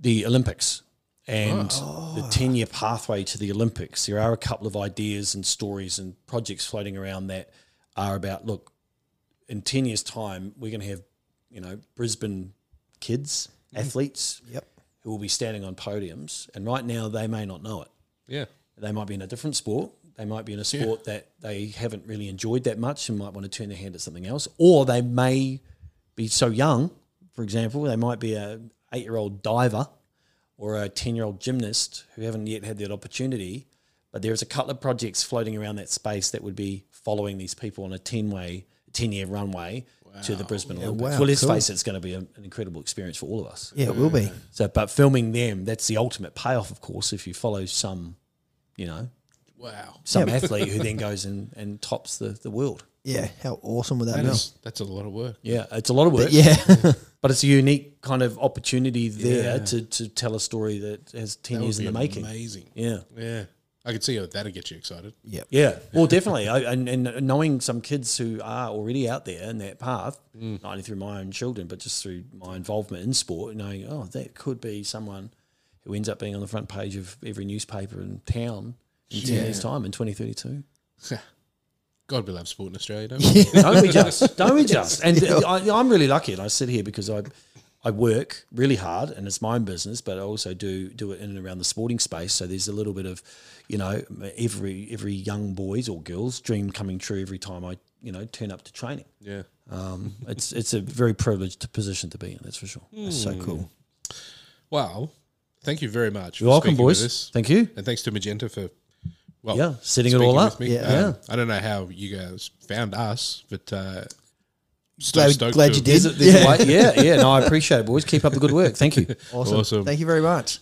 D: the Olympics and
B: Ah.
D: the 10 year pathway to the Olympics. There are a couple of ideas and stories and projects floating around that are about look, in 10 years' time, we're going to have, you know, Brisbane kids, athletes
B: Mm. Yep.
D: who will be standing on podiums. And right now, they may not know it.
C: yeah.
D: They might be in a different sport. They might be in a sport that they haven't really enjoyed that much and might want to turn their hand at something else. Or they may be so young, for example, they might be a eight year old diver or a 10 year old gymnast who haven't yet had that opportunity. But there's a couple of projects floating around that space that would be following these people on a 10 way, 10 year runway to the Brisbane Olympics.
B: wow,
D: well, let's
B: cool.
D: face it, it's going to be a- an incredible experience for all of us.
B: Yeah, it will be.
D: So, but filming them, that's the ultimate payoff, of course, if you follow some, you know,
C: Wow.
D: some athlete who then goes and, and tops the, the world.
B: Yeah, how awesome would that
C: That
B: be?
C: is, that's a lot of work.
D: Yeah, it's a lot of work,
B: Yeah,
D: but it's a unique kind of opportunity there to, to tell a story that has 10
C: That
D: years
C: would be
D: in the making.
C: Amazing.
D: Yeah.
C: Yeah. I could see how that'd get you excited.
D: Yeah, well, definitely. I, and, and knowing some kids who are already out there in that path, not only through my own children, but just through my involvement in sport, knowing, oh, that could be someone who ends up being on the front page of every newspaper in town in 10 years' time in 2032.
C: God, we love sport in Australia, don't we?
D: Don't we just? Don't we just? And I, I'm really lucky, and I sit here because I, I work really hard, and it's my own business, but I also do do it in and around the sporting space. So there's a little bit of, you know, every every young boy's or girl's dream coming true every time I you know turn up to training.
C: yeah.
D: Um, it's it's a very privileged position to be in, that's for sure.
C: Mm.
B: That's so cool.
C: Well, thank you very much.
D: You're
C: for
D: welcome,
C: speaking to
D: boys.
C: this.
D: Thank you.
C: And thanks to Magenta for, well,
D: Yeah, setting it
C: speaking
D: all up.
C: with me.
B: Yeah.
C: Um,
D: Yeah.
C: I don't know how you guys found us, but uh, so
B: Glad-
C: stoked
B: glad
C: to-
B: you did.
D: There's a- there's a way- yeah, yeah. No, I appreciate it, boys. Keep up the good work. Thank you.
B: Awesome.
C: Awesome.
B: Thank you very much.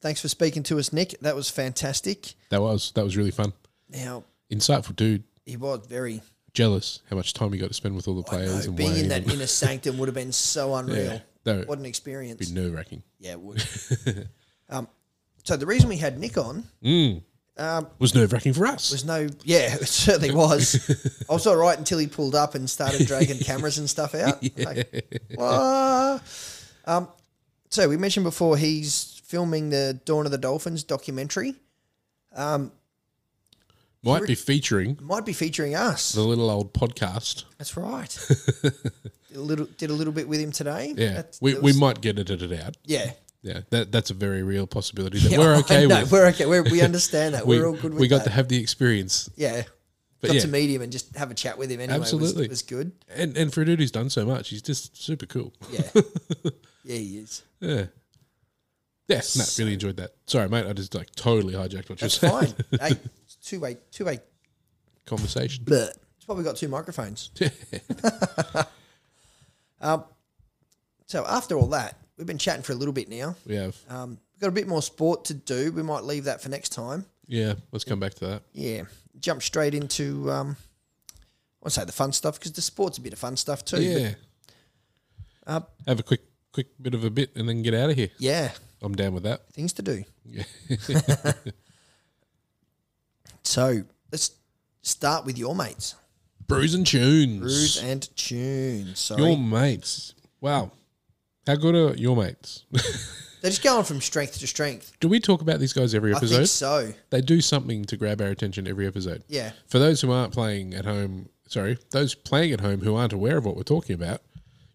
B: Thanks for speaking to us, Nick. That was fantastic.
C: That was that was really fun.
B: Now
C: Insightful dude.
B: he was very
C: Jealous how much time you got to spend with all the players
B: no,
C: and
B: being in
C: Wayne.
B: that inner sanctum would have been so unreal.
C: yeah. No,
B: What an
C: be
B: experience.
C: nerve wracking.
B: Yeah, it would. um, so the reason we had Nick on
C: Was nerve wracking for us.
B: was no, yeah, it certainly was. I was all right until he pulled up and started dragging cameras and stuff out. Like, "Wah." um, so we mentioned before he's filming the Dawn of the Dolphins documentary.
C: Might be featuring
B: Might be featuring us.
C: the little old podcast.
B: That's right. did a little did a little bit with him today.
C: Yeah,
B: That's-
C: we,
B: that
C: we
B: was-
C: might get edited out.
B: yeah.
C: Yeah, that that's a very real possibility that
B: Yeah,
C: we're
B: I
C: okay
B: know,
C: with.
B: We're okay. We're, we understand that.
C: we
B: we are all good with
C: we got
B: that.
C: to have the experience,
B: yeah.
C: But
B: got
C: yeah.
B: to meet him and just have a chat with him anyway.
C: Absolutely.
B: Was, was good.
C: and and for a dude who's done so much, he's just super cool.
B: Yeah. yeah, he is.
C: Yeah, yeah, no, really enjoyed that. Sorry, mate, I just like totally hijacked what you
B: That's
C: said.
B: fine. hey, it's two way, two way.
C: Conversation.
B: Bleh. That's why we got two microphones. um, so after all that, we've been chatting for a little bit now.
C: We have.
B: Um, we've got a bit more sport to do. We might leave that for next time.
C: Yeah, let's come back to that.
B: yeah, jump straight into um, I want to say the fun stuff because the sport's a bit of fun stuff too. but Uh,
C: Yeah. have a quick quick bit of a bit and then get out of here.
B: yeah,
C: I'm down with that.
B: things to do.
C: Yeah.
B: So let's start with your mates,
C: Brews and tunes.
B: brews and tunes. Sorry,
C: your mates. Wow. How good are your mates?
B: they're just going from strength to strength.
C: Do we talk about these guys every
B: I
C: episode?
B: think so.
C: They do something to grab our attention every episode.
B: Yeah,
C: For those who aren't playing at home, sorry, those playing at home who aren't aware of what we're talking about,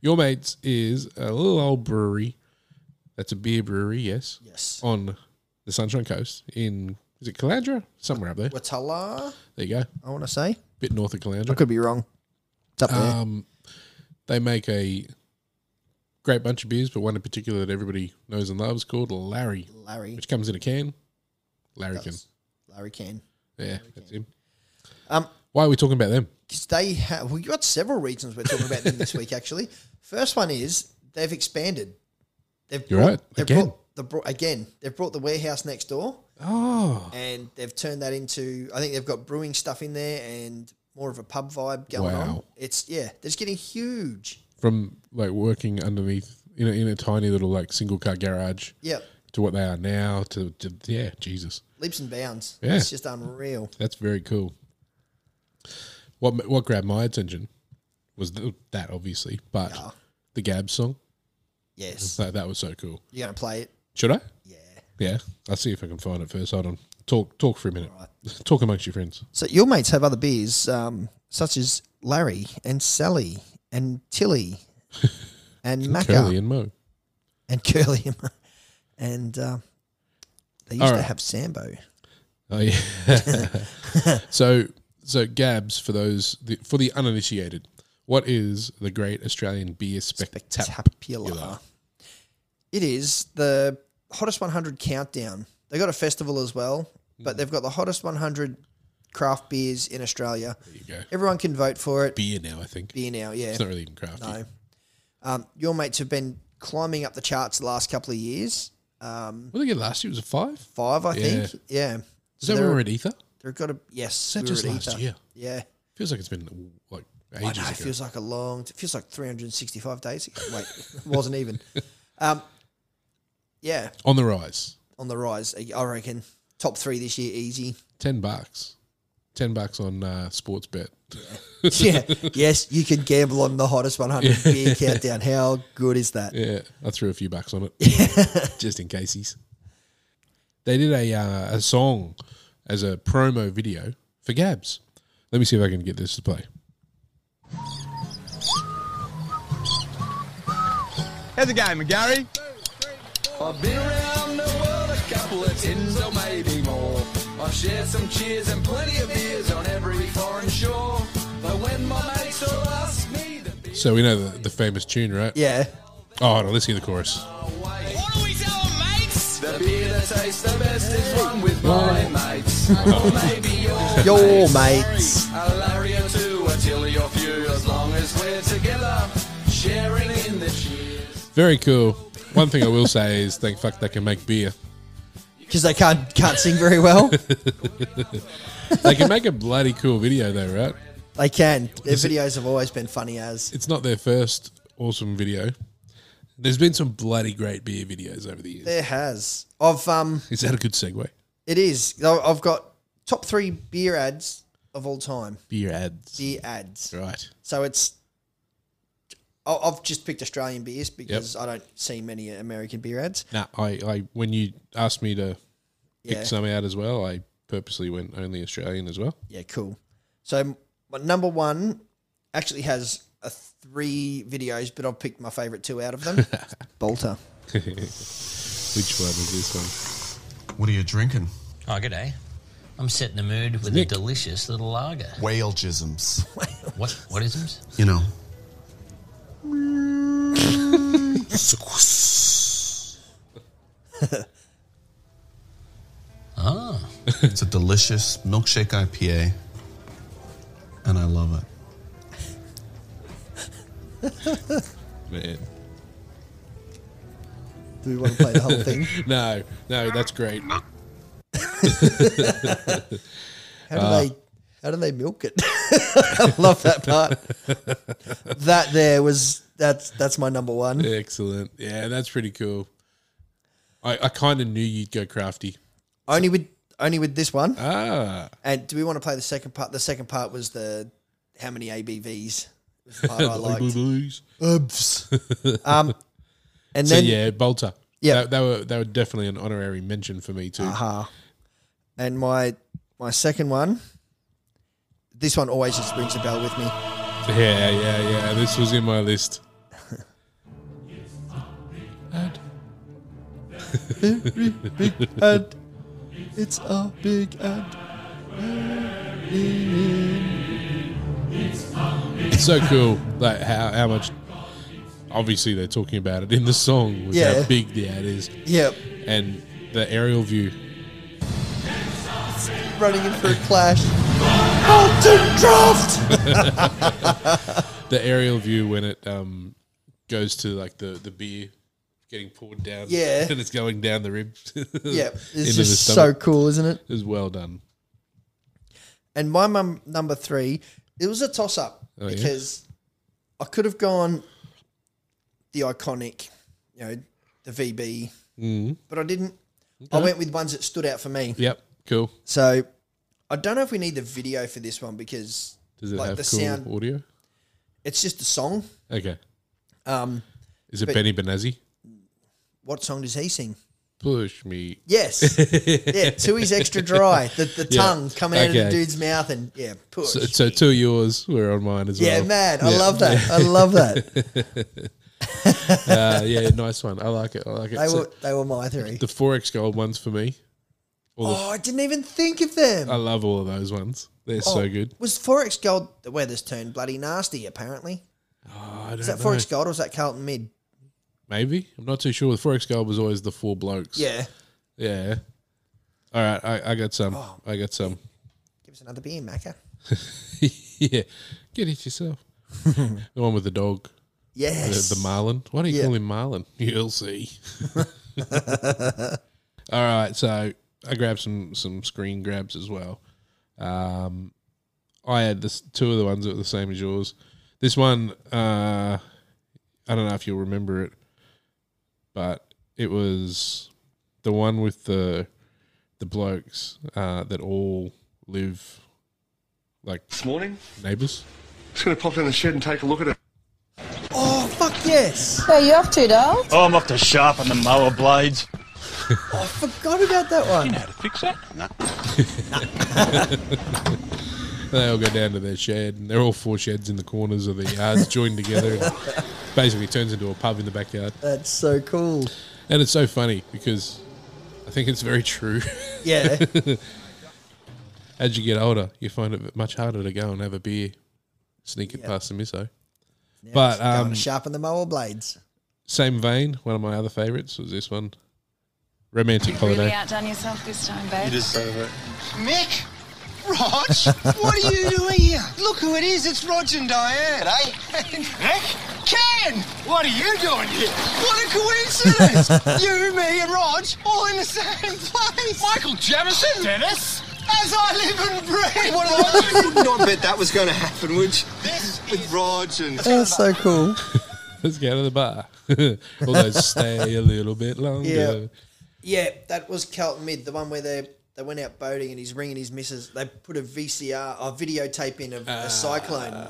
C: Your Mates is a little old brewery. That's a beer brewery, yes,
B: yes.
C: on the Sunshine Coast in, is it Calandra? Somewhere up there.
B: Watala,
C: There you go.
B: I want to say.
C: Bit north of Calandra.
B: I could be wrong. It's up there.
C: Um, they make a great bunch of beers, but one in particular that everybody knows and loves called Larry,
B: Larry,
C: which comes in a can. Larrykin.
B: Larry can.
C: Yeah, that's him.
B: Um,
C: Why are we talking about them?
B: because they have. We've got several reasons we're talking about them this week. Actually, first one is they've expanded. They've
C: You're
B: brought,
C: right.
B: They've
C: Again.
B: brought, they've brought, again, they've brought the warehouse next door,
C: Oh,
B: and they've turned that into. I think they've got brewing stuff in there and more of a pub vibe going on.
C: Wow.
B: It's yeah, they're just getting huge.
C: from like working underneath in a, in a tiny little like single car garage
B: Yeah,
C: to what they are now. To, to yeah, Jesus,
B: leaps and bounds.
C: Yeah.
B: It's just unreal.
C: that's very cool. What what grabbed my attention was th that obviously, but the Gab song
B: Yes,
C: that, that was so cool.
B: you're gonna play it.
C: Should I?
B: Yeah.
C: Yeah, I'll see if I can find it first. Hold on. Talk talk for a minute. Talk amongst your friends.
B: So your mates have other beers, um, such as Larry and Sally and Tilly and Macca.
C: Curly and Mo.
B: and curly him. And uh, they used
C: All
B: to
C: right.
B: have Sambo.
C: Oh yeah. so so Gabs for those the, for the uninitiated. What is the Great Australian Beer Spectacular?
B: Spectacular. It is the hottest 100 countdown. They got a festival as well,
C: Hmm.
B: but they've got the hottest 100 craft beers in Australia.
C: go.
B: Everyone can vote for it.
C: Beer now, I think.
B: Beer now, yeah.
C: It's not really even crafty.
B: No. Um, your mates have been climbing up the charts the last couple of years. Um,
C: What did they get last year? Was it five?
B: five, I
C: Yeah.
B: think. Yeah.
C: Is
B: So
C: that
B: they're-
C: where we're at Ether?
B: They're got to yes.
C: that
B: we were
C: just
B: at
C: last
B: Ether.
C: year?
B: Yeah.
C: Feels like it's been like
B: I
C: ages
B: know, it
C: ago.
B: feels like a long. It feels like 365 days ago. Wait, it wasn't even. Um, yeah,
C: On the rise.
B: on the rise. I reckon top three this year, easy.
C: Ten bucks. Ten bucks on uh, sports bet.
B: Yeah, yes, you can gamble on the hottest 100 beer countdown. How good is that?
C: Yeah, I threw a few bucks on it, just in cases. They did a uh, a song as a promo video for Gabs. Let me see if I can get this to play.
E: How's it going, McGarry?
F: I've been around the world a couple of tins or maybe more. I've shared some cheers and plenty of beers on every foreign shore. But when my mates all ask me to be
C: So we know the, the famous tune, right?
B: Yeah,
C: Oh, no, let's hear the chorus.
F: away,
A: What do we tell our mates?
F: the beer that tastes the best is one with my mates. Or maybe your
B: your mates.
F: A Larry or two, a Tilly or few, as long as we're together, sharing in the cheers.
C: Very cool. One thing I will say is, thank fuck they can make beer.
B: Because they can't can't sing very well.
C: They can make a bloody cool video though, right?
B: They can. Their videos have always been funny as.
C: It's not their first awesome video. There's been some bloody great beer videos over the years.
B: There has. I've um.
C: Is that a good segue?
B: It is. I- I've got top three beer ads of all time.
C: Beer ads.
B: Beer ads.
C: Right.
B: So it's. I- I've just picked Australian beers because I don't see many American beer ads.
C: Nah, I, I when you asked me to pick
B: Yeah.
C: some out as well, I purposely went only Australian as well.
B: Yeah, cool. So my number one actually has a three videos, but I've picked my favourite two out of them. Bolter.
C: Which one is this one?
E: What are you drinking?
G: Oh, good day. I'm setting the mood with
C: Nick.
G: a delicious little lager.
E: Whale jisms.
G: What? What is this?
E: You know.
G: Oh,
E: It's a delicious milkshake IPA, and I love it.
C: Man.
B: Do we want to play the whole thing?
C: No, no, that's great.
B: How do
C: Uh,
B: they? How do they milk it? I love that part. that there was that's that's my number one.
C: Excellent. Yeah, that's pretty cool. I, I kind of knew you'd go crafty.
B: Only with only with this one.
C: Ah,
B: and do we want to play the second part? The second part was the how many ABVs was the part I liked.
C: blues.
B: Um, and
C: So
B: then
C: yeah, Bolter.
B: Yeah. Uh-huh.
C: they, they were they were definitely an honorary mention for me too.
B: Aha. And my my second one. This one always just rings a bell with me.
C: Yeah, yeah, yeah. This was in my list.
B: And it's a big ad.
C: It's so cool, like how how much. Obviously, they're talking about it in the song. With
B: Yeah.
C: how big the ad is,
B: Yep.
C: and the aerial view.
B: Running in for a clash. Mountain draft.
C: The aerial view when it um goes to like the the beer getting poured down.
B: Yeah.
C: and it's going down the rib.
B: Yep. It's
C: Into the
B: just so
C: stomach.
B: cool, isn't it?
C: it was well done.
B: And my mum number three, it was a toss up
C: Oh, yeah?
B: because I could have gone the iconic, you know, the VB,
C: Mm.
B: but I didn't. I went with ones that stood out for me.
C: Yep, cool.
B: So I don't know if we need the video for this one because
C: Does it
B: like
C: have
B: the
C: cool
B: sound,
C: audio?
B: it's just a song.
C: Okay,
B: Um,
C: is it Benny Benazzi?
B: what song does he sing?
C: Push me.
B: Yes, yeah, Tui's extra dry. The, the tongue coming out of
C: Okay.
B: the dude's mouth and yeah, push.
C: So, so two of yours were on mine as
B: yeah,
C: well.
B: mad. I
C: Yeah.
B: love that. I love that.
C: Uh, yeah, nice one. I like it. I like it.
B: They
C: So
B: were they were my three.
C: the forex gold ones for me.
B: Oh, I didn't even think of them.
C: I love all of those ones. They're Oh,
B: Oh,
C: so good.
B: Was Forex Gold the weather's turned bloody nasty? Apparently,
C: I don't
B: is that
C: know.
B: Forex Gold or was that Carlton Mid?
C: Maybe I'm not too sure. The forex gold was always the four blokes.
B: Yeah,
C: Yeah. All right, I, I got some. I got some.
B: give us another beer, Macca.
C: yeah, get it yourself. the one with the dog, the,
B: Yes,
C: the marlin. Why do you
B: Yeah.
C: call him marlin? You'll see. all right, so I grabbed some some screen grabs as well. Um, I had this two of the ones that were the same as yours. This one, uh, I don't know if you'll remember it, but it was the one with the the blokes uh, that all live like
H: This morning,
C: neighbours.
H: just going to pop down the shed and take a look at it.
B: Oh, fuck yes.
I: So you up to, doll?
J: Oh, I'm off to sharpen the mower blades.
B: I forgot about that one.
J: How to fix that?
C: They all go down to their shed, and they're all four sheds in the corners of the yards joined together. And basically, turns into a pub in the backyard,
B: That's so cool.
C: and it's so funny because I think it's very true.
B: Yeah.
C: As you get older, you find it much harder to go and have a beer, sneak it past the miso. but
B: Going
C: um,
B: to sharpen the mower blades.
C: same vein, one of my other favourites was this one, romantic holiday.
I: outdone yourself this time, babe.
A: Mick? Rog? what are you doing here? Look who it is, it's Rog and Diane, eh? Mick? Ken! What are you doing here? What a coincidence! you, me, and Rog, all in the same place! Michael Jamison? Dennis? As I live and breathe! What
H: I would not bet that was going to happen, would you? With Rog and
B: That's so cool.
C: Let's go to the bar. Although stay a little bit longer.
B: Yeah. Yeah, that was Carlton Mid, the one where they they went out boating and he's ringing his missus. They put a VCR, a videotape in of a cyclone.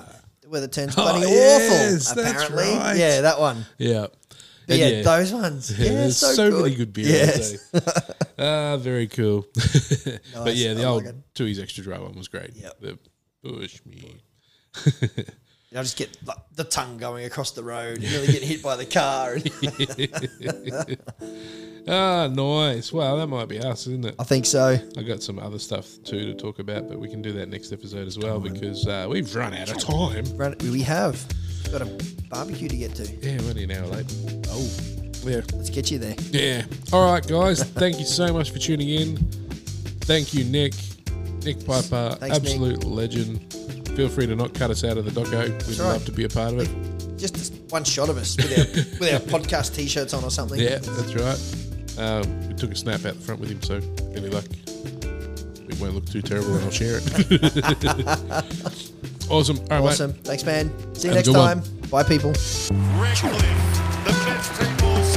B: Where the turn's bloody awful,
C: Ah. Oh, yes, that's
B: apparently.
C: right.
B: Yeah, that one.
C: Yeah.
B: But
C: And
B: yeah, those ones. Yeah,
C: Yeah, there's
B: so,
C: so,
B: good.
C: many good beers.
B: Yes.
C: eh? Ah, very cool. but yeah, the
B: I
C: old
B: like it.
C: Tui's extra dry one was great.
B: Yep.
C: The push me.
B: I just get like, the tongue going across the road, and nearly get hit by the car. And
C: Ah, nice. Wow, that might be us, isn't it?
B: I think so.
C: I got some other stuff too to talk about, but we can do that next episode as well because uh, we've run out of time.
B: Run, we have got a barbecue to get to.
C: Yeah, we're only an hour late. Oh, yeah.
B: Let's get you there.
C: Yeah. All right, guys. Thank you so much for tuning in. Thank you, Nick. Nick Piper,
B: Thanks, Nick.
C: absolute legend. Feel free to not cut us out of the doco. We'd
B: all right.
C: love to be a part of it.
B: Just one shot of us with our, with our podcast t-shirts on or something.
C: Yeah, that's right. Um, we took a snap out the front with him, so any luck, it won't look too terrible, and I'll share it. awesome. All right, mate.
B: Awesome. Thanks, man. See you
C: Have
B: next
C: a good one.
B: time. Bye, people.
H: Radcliffe, the best people's